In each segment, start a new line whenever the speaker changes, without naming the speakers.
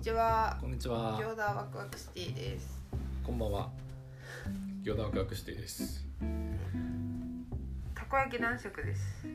ちは。
こんにちは。
餃子ワクワクシティです。
こんばんは。餃子ワクワクシティです。
たこ焼き男食です。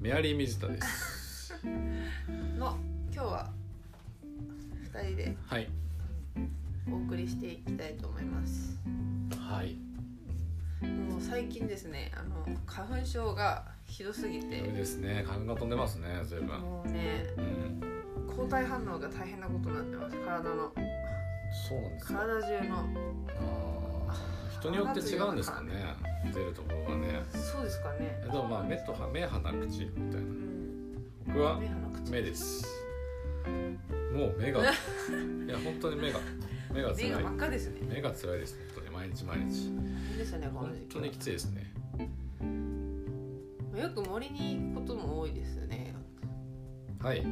メアリー水田です。
の、今日は。二人で
はい。
お送りしていきたいと思います。
はい。
もう最近ですね、あの花粉症がひどすぎ
それ
て。
ですね。花粉が飛んでますね。随分。
もうね、
うん。
抗体反応が大変なことになってます。体の、
そうなんです。あ
体中の。
あ。人によって違うんですかね。出るところがね。
そうですかね
え。でもまあ目と目鼻口みたいうな。
ん。
僕は
目鼻口。
目です。もう 目が。いや本当に目が目が辛
目
い
が。真っ赤ですね。
目が辛いです。本当に毎日毎日。
いいですよね、この時
本
期
当
は
にきついですね。
よく森に行くことも多いですよね。
はい。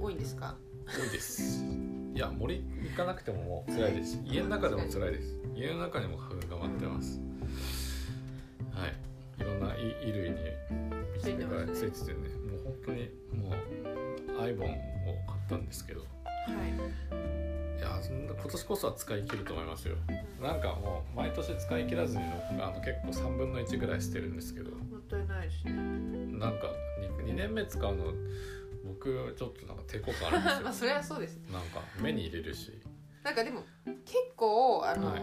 多いんですか。
多いですいや森行かなくてももう辛いですし家の中でも辛いです家の中にも花粉が待ってます、はいいろんな衣衣類に
ついてますね
ついててねもう本当にもうアイボンを買ったんですけどい
はい。
やそんな今年こそは使い切ると思いますよなんかもう毎年使い切らずにあの結構3分の1ぐらいしてるんですけど
もったいないですね。
なんか 2, 年目使うの僕ちょっとなんか抵抗感あるん で
ますあそれはそうですね。
よなんか目に入れるし
なんかでも結構あの、
はい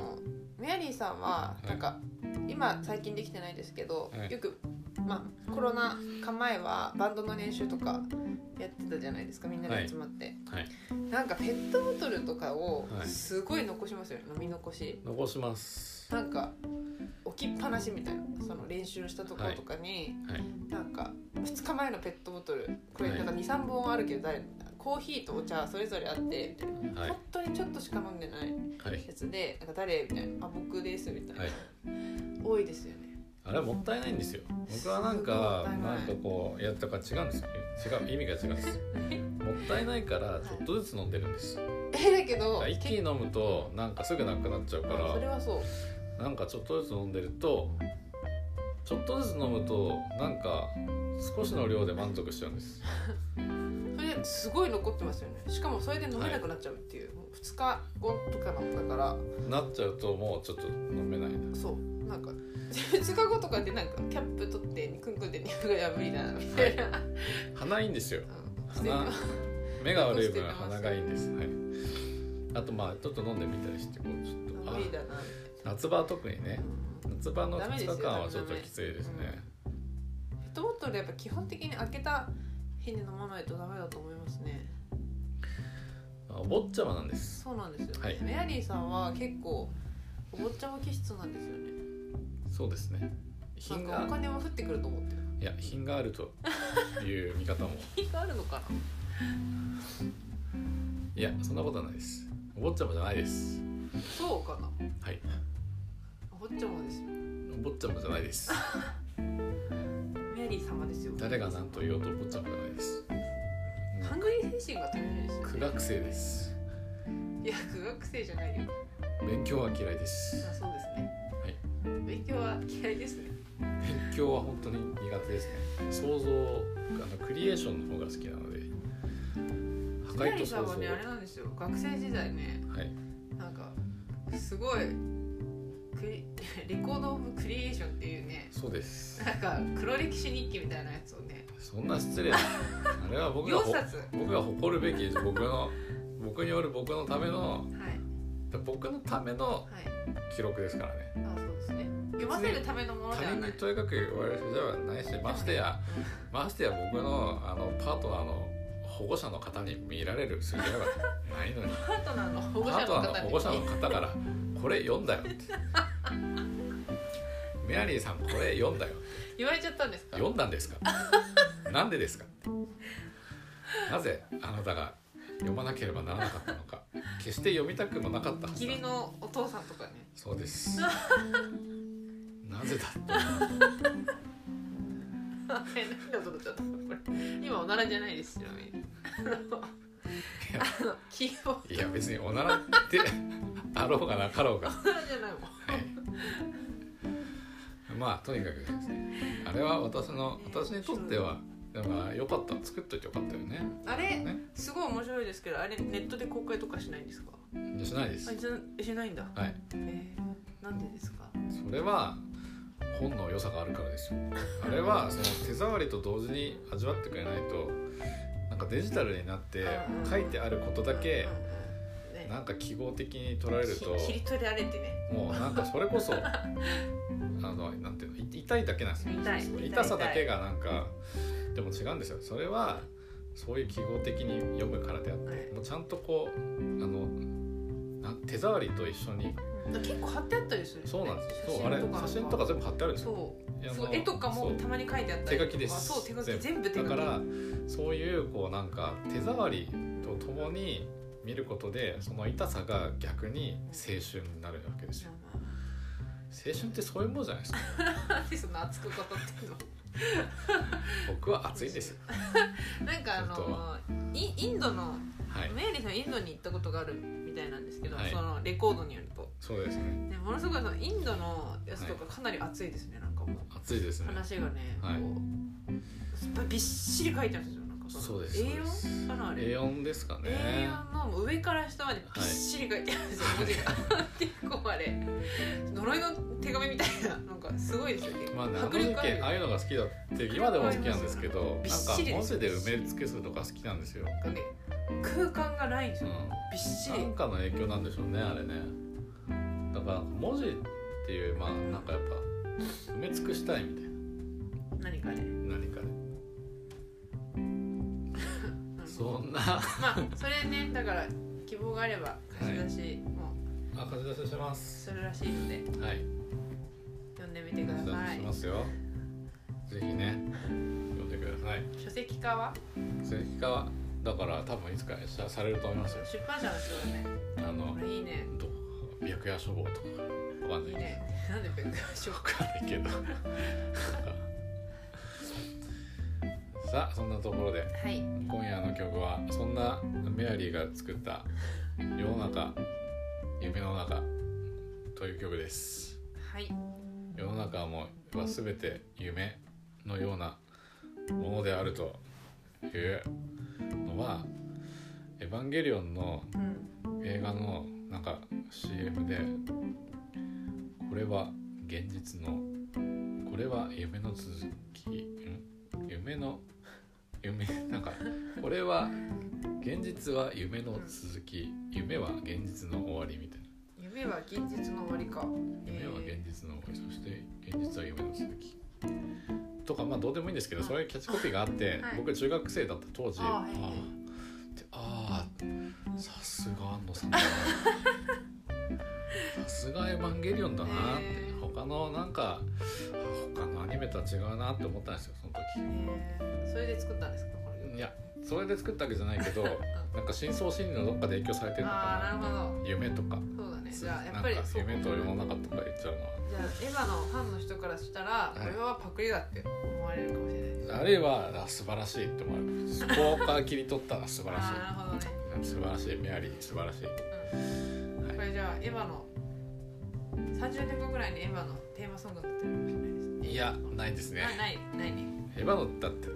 メアリーさんは
はい
なんか、今最近できてないですけど、
はい
よくまあコロナ禍前はバンドの練習とかやってたじゃないですかみんなで集まって、
はい
なんかペットボトルとかを
はい
すごい残しますよね、飲み残し
残します
なんか置きっぱなしみたいなその練習したところとかに、
はい
なんか2日前のペットボトルこれ
はい
なんか23本あるけど誰コーヒーとお茶それぞれあってみたいな、
はい
本当にちょっとしか飲んでない
はい
やつで「なんか誰?」みたいな「あ僕です」みたいな、
はい
多いですよね
あれはもったいないんですよ僕はなんか
すごいもったい
な
ない
んかこうやったから違うんですよ違う意味が違うんですもったいないからちょっとずつ飲んでるんです
えだけど
一気に
結
飲むとなんかすぐなくなっちゃうか
構それ
ら
はそう
なんかちょっとずつ飲んでるとちょっとずつ飲むとなんか少しの量で満足しちゃうんです
それですごい残ってますよねしかもそれで飲めなくなっちゃうっていう,、もう2日後とかのだから
なっちゃうともうちょっと飲めないな
そうなんか 2日後とかでなんかキャップ取ってクンクンで肉が無理だなみたいな、
鼻いいんですよ
うん
鼻目が悪
残
い分
してます
鼻がいいんですはいあとまあちょっと飲んでみたりしてこうちょっとあ
無理だなみたいな
夏場は特にね
うん
夏場の
ダメですよ
2日間はちょっときついです
ダメダ
ね
メペットボトルやっぱ基本的に開けた日に飲まないとダメだと思いますね
あお坊ちゃまなんです
そうなんですよ、
はい
メアリーさんは結構お坊ちゃま気質なんですよね
そうですね
な
品
んかお
が
金は降ってくると思ってる
いや品があるという見方も
品があるのかない
やそんなことはないですお坊ちゃまじゃないです
そうかな
はい
お坊ちゃまですよ
お坊ちゃまじゃないです
メアリー様ですよ
誰が何と言おうとお坊ちゃまじゃないです
ハングリー精神が足りないですよ
苦
ね
学生です
いや苦学生じゃないよ
勉強は嫌いで
あ
す
そうですね勉強は嫌いですね
勉強は本当に苦手ですね想像あのクリエーションの方が好きなので破
メアリ
壊
ー
と
さ
想
ん
像
はねあれなんですよ学生時代ね
はい
なんかすごいクリ レコード・オブ・クリエーションっていうね
そうです
なんか黒歴史日記みたいなやつをね
そんな失礼なあれは僕が
4
ほ
冊はい
僕が誇るべき僕の僕による僕のための
はい
僕のための記録ですからね
あそうですね読ませるためのもので
他
は
人
な
に
い
とにかく言われる人ではないしましてやましてや僕のあのパートナーの保護者の方に見られる筋合いはないのに
パートナーの保
パ
護者の
ートナ
方
ーの
に
保護者の方から「これ読んだよ」って「メアリーさんこれ読んだよ」
言われちゃったんですか
読んだんですかなんでですかなぜあなたが読まなければならなかったのか決して読みたくもなかったはずだ
義理のお父さんと かね
そうですなぜだ
え何だと思っちゃったこれ今おならじゃないですよねあの希望お
いや別におならってあろうがなかろうが、は
ならじゃないもん
いまあとにかくですねあれは私の私にとってはだからよかった作っといてよかったよね
あれ
ね
すごい面白いですけどあれネットで公開とかしないんですか
いやしないです
あじゃしないんだ
はい
えー、なんでですか
それは本の良さがあるからですよあれはその手触りと同時に味わってくれないとなんかデジタルになって書いてあることだけ
うんうんうんね
なんか記号的に取られると
き切り取られてね
もうなんかそれこそあのなんていうのい痛いだけなんですよ
痛い
そう
痛い
痛さだけがなんかでも違うんですよそれはそういう記号的に読むからであって、
はい
もうちゃんとこうあのなん手触りと一緒に
結構貼ってあったりするよね
そうなんですよそうあれ
写真とか
写真とか全部貼ってあるんですよ
そ
いうや
そう
もう
絵とかも
そう
たまに書いてあったりと
手
か
書きです
あそう手書き全部手書
だ
き
からそういうこうなんか手触りとともに見ることでその痛さが逆に青春になるわけですよ青春ってそういうもんじゃないですか
なんでそんな熱く語ってんの
僕は熱いですよ
なんかあ
本当
のインインドの
はい
メイリーさんインドに行ったことがあるみたいなんですけど、
はい
そのレコードによると、
そうですね
ね、ものすごいそのインドのやつとかかなり熱いですね、なんかもう
熱いですね
話がね、
はい
こうびっしり書いてあるんですよなんか
そうですそうです
A4 かなあれ
A4 ですかね
A4 の上から下までびっしり書いてあるんですよ、文字が 結構あれ呪いの手紙みたいななんかすごいですよ結構、
まあね、あの
迫
時
力ある
期ああいうのが好きだって今でも好きなんですけどなん
びっ
か
しりです
文字で埋め尽くすのが好きなんですよ、
なんかね空間がないんです
う
よ
ん、
びっし
なん
り
かの影響なんでしょうねあれねだから文字っていうまあなんかやっぱ埋め尽くしたいみたい
何かね、
な何かで
うん
そんなあ
まあそれねだから希望があれば貸し出しも
貸し出しします
するらしいので
はい
読んでみてくだ
貸し出
さ
しし
い
ますよぜひね読んでください
書籍化は
鈴木化はだから多分いつかされると思いますよ
出版社の人だね
あの
これいいね
どう白夜処方とかわかん
い
ないいけど
ねなんで勉強しよう
わかんないけどさあそんなところで
はい
今夜の曲はそんなメアリーが作った「世の中夢の中」という曲です
はい
世の中はもうは全て夢のようなものであるというのは「エヴァンゲリオン」の
うん
映画のなんか CM で「これは現実のこれは夢の続きん夢の夢なんかこれは現実は夢の続き夢は現実の終わり」みたいな
夢は現実の終わりか
「夢は現実の終わり」そして「現実は夢の続き」とかまあどうでもいいんですけどそういうキャッチコピーがあって
はい
僕中学生だった当時
あ
あ
はい
あってああさすが安野さ んだなさすが「エヴァンゲリオン」だなって
へえ
他のなんか他のアニメとは違うなって思ったんですよその時
えーそれで作ったんですかこれ
いやそれで作ったわけじゃない けどなんか深層心理のどっかで影響されてるの
ああなる
か
ほど
な夢とか
そうだねじゃあや
な
っ
ん
ぱ
か
りそう
夢と世の中とか言っちゃうのは
じゃあエヴァのファンの人からしたら
い
これはパクリだって思われるかもしれないです
あるいはあ素晴らしいって思われるそこから切り取ったら素晴らし
あーなるほどね
い素晴らしいメアリー素晴らしい
これじゃあエヴァの30年後ぐらいにエヴァのテーマソングになってるかもしれないですね
いやないですね
あないないね
エヴァのだって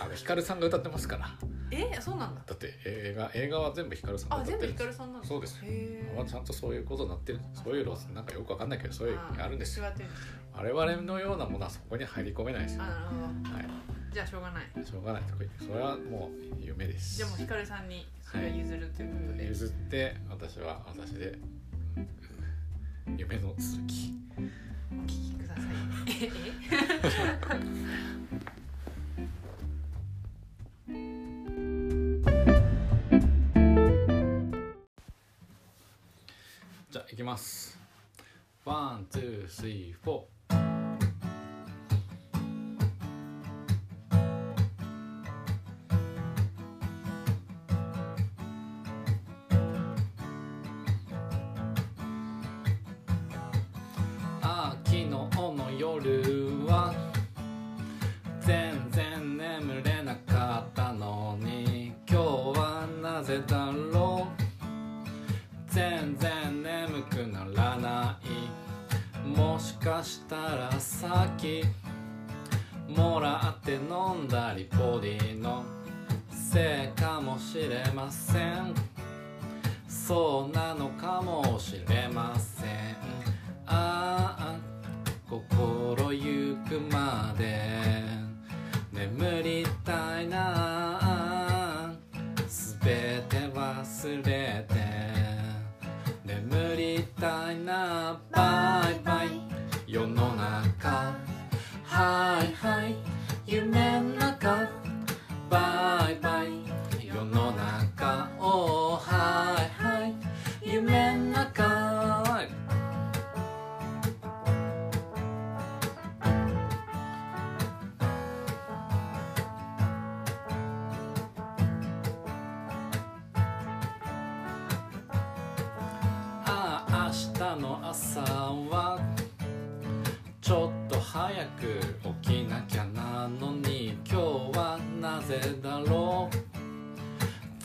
あのヒカルさんが歌ってますから
えそうなんだ
だって映画映画は全部ヒカルさんが
あ
歌っ
全部
てる
ヒ
ん
カ
で
ル
す
さんなんだ
そうです
へえ
まあちゃんとそういうことになってるそういうのなんかよくわかんないけどそういうのあるんですよ
あー違ってるんですね
我々のようなものはそこに入り込めないですよ
あ
は
なるほ
い
どじゃあしょうがない
しょうがないとか言ってそれはもう夢です
じゃあもうヒカルさんにそれを譲るということで、
譲って私は私で夢の続き
お聞きくだ さいえ
じゃあ行きますワンツースリーフォーあー昨日の夜は全然眠れなかったのに今日はなぜだろう全然眠くならないもしかしたらさっきもらって飲んだりポリのせいかもしれませんそうなのかもしれませんああ心ゆくまで眠りたいなすべて忘れて眠りたいなバイバイ世の中はいはい夢の中バイバイ世の中おーはいはい夢の中ああ明日の朝はちょっと早く起きなきゃなのに今日はなぜだろう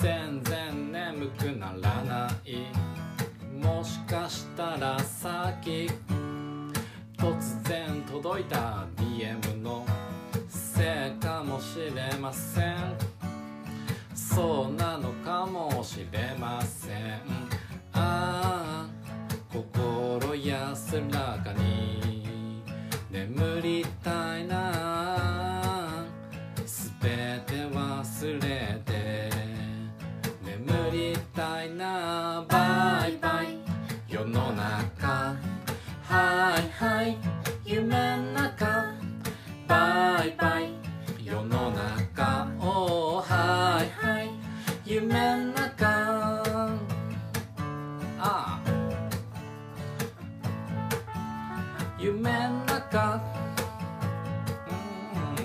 全然眠くならないもしかしたらさっき突然届いた DM のせいかもしれませんそうなのかもしれませんああ心安らかに眠りたいなすべて忘れて眠りたいなバイバイ世の中はいはい夢の中バイバイ世の中おーはいはい夢の中ああ夢の中うん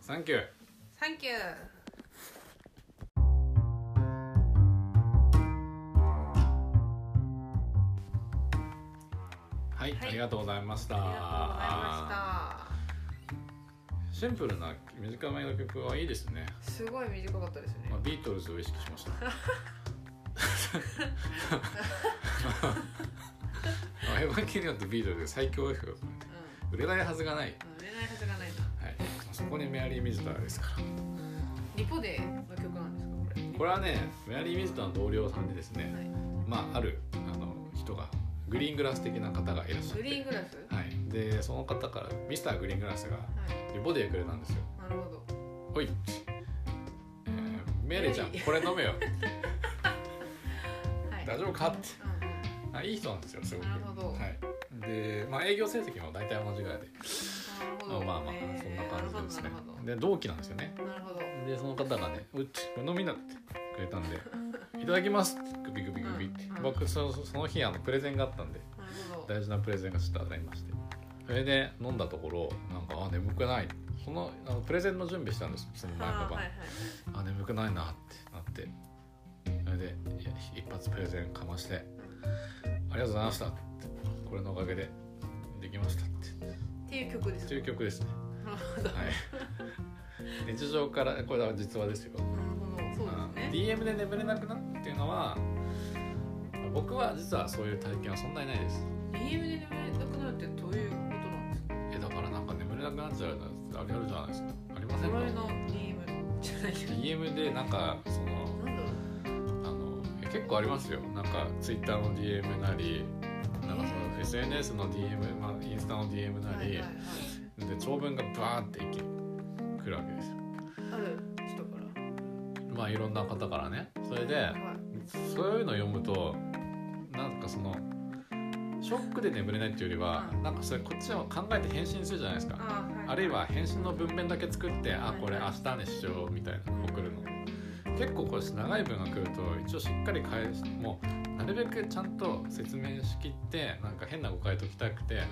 サンキュー
サンキュー
はい、
はい
ありがとうございました
あ
シンプルな短めの曲はいいですね、
りがとうございましたすごい短かったですよね
まあ、ビートルズを意識し ましたあエヴァンゲリオンとビートルズが最強ですよ
う
売れないはずがない、
んうん売れないはずがないな
はい、そこにメアリー・ミズターですから
リポデの曲なんですかこれ
これはねメアリー・ミズターの同僚さんでですね、
はい
まああるあの人がグリーングラス的な方がいらっしゃっ
グ
て
リーングラスは
はい、でその方からミスターグリーングラスがリボディをくれたんですよ
いなるほど
ほい、えー、メーレちゃんこれ飲めよ
はい
大丈夫かって
うんうん
あいい人なんですよすごく
なるほど
はい、で、まあ、営業成績も大体同じぐらいで、
なるほ
まあ
ど
まあまあ
えー
そんな感じでですね
なるほど
で同期なんですよね
なるほど
でその方がね「うっちこれ飲みな」ってくれたんで「いただきます」ってグビグビグビって
うんうん
僕そその日あのプレゼンがあったんで
なるほど
大事なプレゼンがちょっと当たりましてそれで飲んだところなんかあ眠くないそのあのプレゼンの準備したんですその前の
あー
晩
はいはい
あ眠くないなってなってそれでいや一発プレゼンかまして「ありがとうございました」ってこれのおかげでできましたって
っていう曲です
という曲ですね
なるほど
はい日常からこれは実話ですよ
なるほどそうですね
DM で眠れなくなるっていうのは僕は実はそういう体験はそんなにないです
DM で眠れなくなるってどういうことなんですか
えだからなんか眠れなくなっちゃうのあれあるじゃないですかありません
眠
か
れの DM じゃないけど
DM でなんかその
なんだろう
あのえ結構ありますよなんか Twitter の DM なりなんかその SNS の DM、まあ、インスタの DM な
はいはい
り、
はい
で長文がバーっていき来るわけですよ
ある人から
まあいろんな方からねそれで
はい
そういうのを読むとなんかそのショックで眠れないっていうよりは
うん
なんかそれこっちを考えて返信するじゃないですか
あー
あるいは返信の文面だけ作ってあ
はい
これ明日にしようみたいな送るの結構これ長い文が来ると一応しっかり返してもうなるべくちゃんと説明しきってなんか変な誤解解きたくて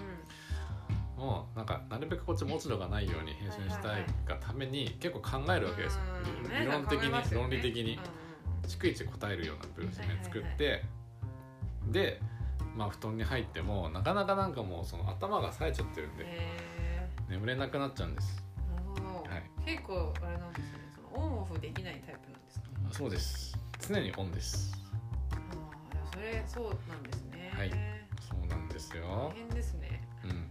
もうなんかなるべくこっちも落ち度がないように返信したいがために結構考えるわけですよ
うん
理論的
うんなんか考えます
に
よね
論理的に
うん
逐一答えるような文章ね作ってでまあ布団に入ってもなかなかなんかもうその頭が冴えちゃってるん
うん
で
へ
眠れなくなっちゃうんです
ーなるほど
はい
結構あれなんですねそのオンオフできないタイプなんですか
そうです常にオンです
ああでもそれれそうなんですね
はいそうなんです
大
よ、
変ですね
うん、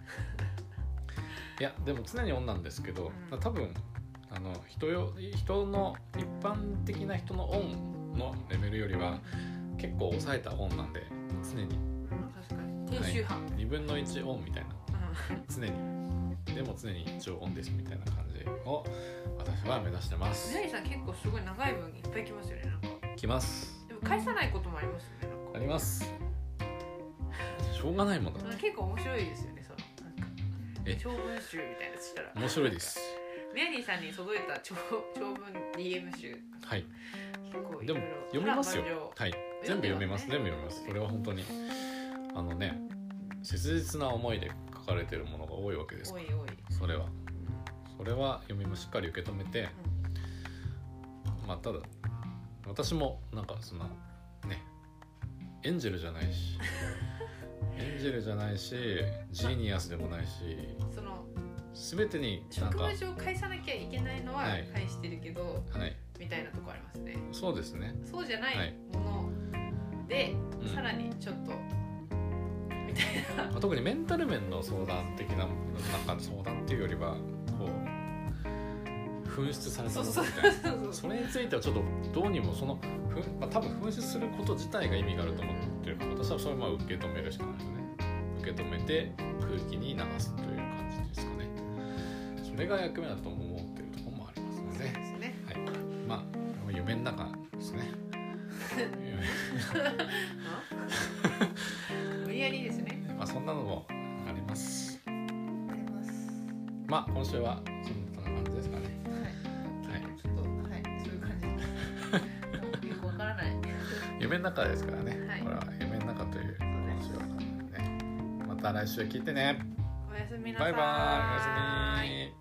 いやでも常にオンなんですけど、
うん
多分あの人よ人の一般的な人のオンのレベルよりは結構抑えたオンなんで常に
うん確かに低周波、うん
2分の1オンみたいな常にでも常に一応オンですみたいな感じを私は目指してます
宮城さん結構すごい長い分いっぱい来ますよねなんか
きます
でも返さないこともありますよねなん
あ
か
りますしょうがないもんだ
うん結構面白いですよねそのなんか
え
長文集みたいなやつしたら
面白いです
宮城さんに届いた長 長文 DM 集
はい
結構い
で
ろい
も
ろ
読めますよ
波乱万丈
はい全部読めます
読
全
んで
部読め
ま
ますす
ね
それは本当にあのね切実な思いで書かれてるものが多いわけです
おいおい
それはそれは読みもしっかり受け止めて
う
まあただ私もなんかそんなねエンジェルじゃな いしエンジェルじゃないしジーニアスでもないし
んその
全てになん
職
か
務上返さなきゃいけないのは
はい
返してるけど、
はい
みたいなとこありますね
そうですね
そうじゃな
はい
いもので、
うん
さらにちょっとみたいな
まあ特にメンタル面の相談的ななんか相談っていうよりはこう紛失された
そう
のみ
そう
たいな
そうそう
それについてはちょっとどうにもその、ふんまあ、多分紛失すること自体が意味があると思ってるから私はそれをまあ受け止めるしかないよね受け止めて空気に流すという感じですかねそれが役目だと思ってるところもありますの
そう
で
で、す ね
はい、まあ夢の中で すね夢
うん無理やりですね
まあそんなのもあります
あります
まあ今週はそんな感じですかね
はい、
はい
ちょっとはいそういう感 じよくわからない
夢の中ですからね、
はい
これは夢の中という今週はねまた来週聞いてね
おやすみな
バ
さ
イ
ー
バイおやすみ